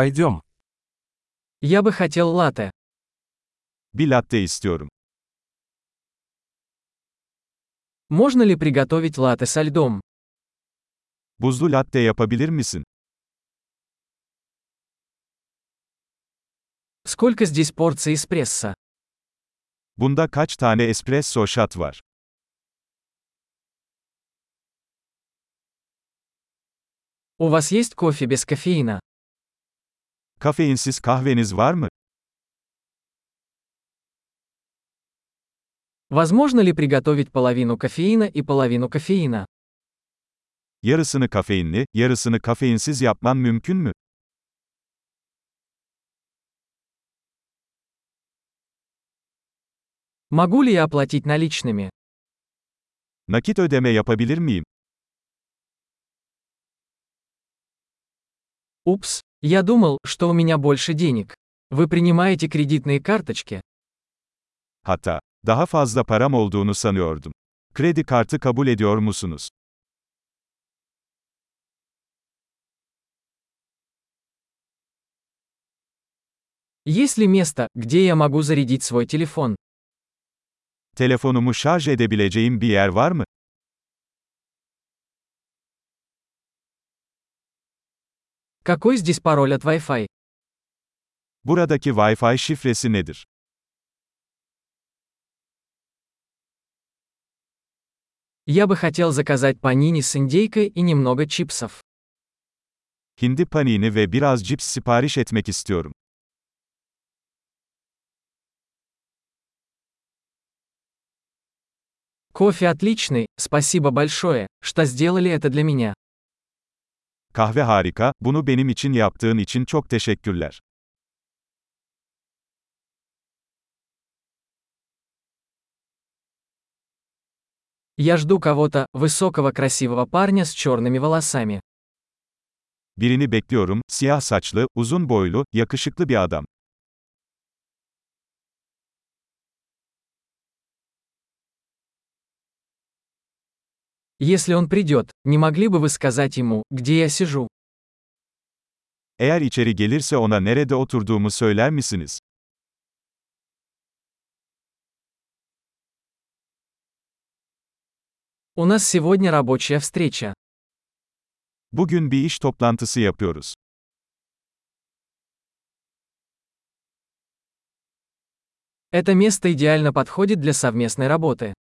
Пойдем. Я бы хотел латте. Bir latte istiyorum. Можно ли приготовить латте со льдом? Buzlu latte yapabilir misin? Сколько здесь порций эспрессо? Bunda kaç tane espresso shot var? У вас есть кофе без кофеина? Kafeinsiz kahveniz var mı? Возможно ли приготовить половину кофеина и половину кофеина? Yarısını kafeinli, yarısını kafeinsiz yapman mümkün mü? Могу ли я оплатить наличными? Nakit ödeme yapabilir miyim? Упс, я думал, что у меня больше денег. Вы принимаете кредитные карточки? Hatta, daha fazla param olduğunu sanıyordum. Kredi kartı kabul ediyor musunuz? Есть ли место, где я могу зарядить свой телефон? Telefonumu şarj edebileceğim bir yer var mı? Какой здесь пароль от Wi-Fi? Buradaki Wi-Fi şifresi nedir? Я бы хотел заказать панини с индейкой и немного чипсов. Hindi panini ve biraz cips sipariş etmek istiyorum. Кофе отличный, спасибо большое, что сделали это для меня. Kahve harika, bunu benim için yaptığın için çok teşekkürler. Я жду кого-то, высокого красивого парня с черными волосами. Birini bekliyorum, siyah saçlı, uzun boylu, yakışıklı bir adam. Если он придет, не могли бы вы сказать ему, где я сижу? Eğer içeri gelirse ona nerede oturduğumu söyler misiniz? У нас сегодня рабочая встреча. Bugün bir iş toplantısı yapıyoruz. Это место идеально подходит для совместной работы.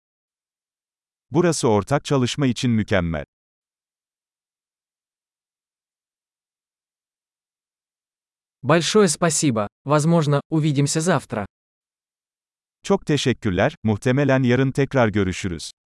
Burası ortak çalışma için mükemmel. Большое спасибо. Возможно, увидимся завтра. Çok teşekkürler, muhtemelen yarın tekrar görüşürüz.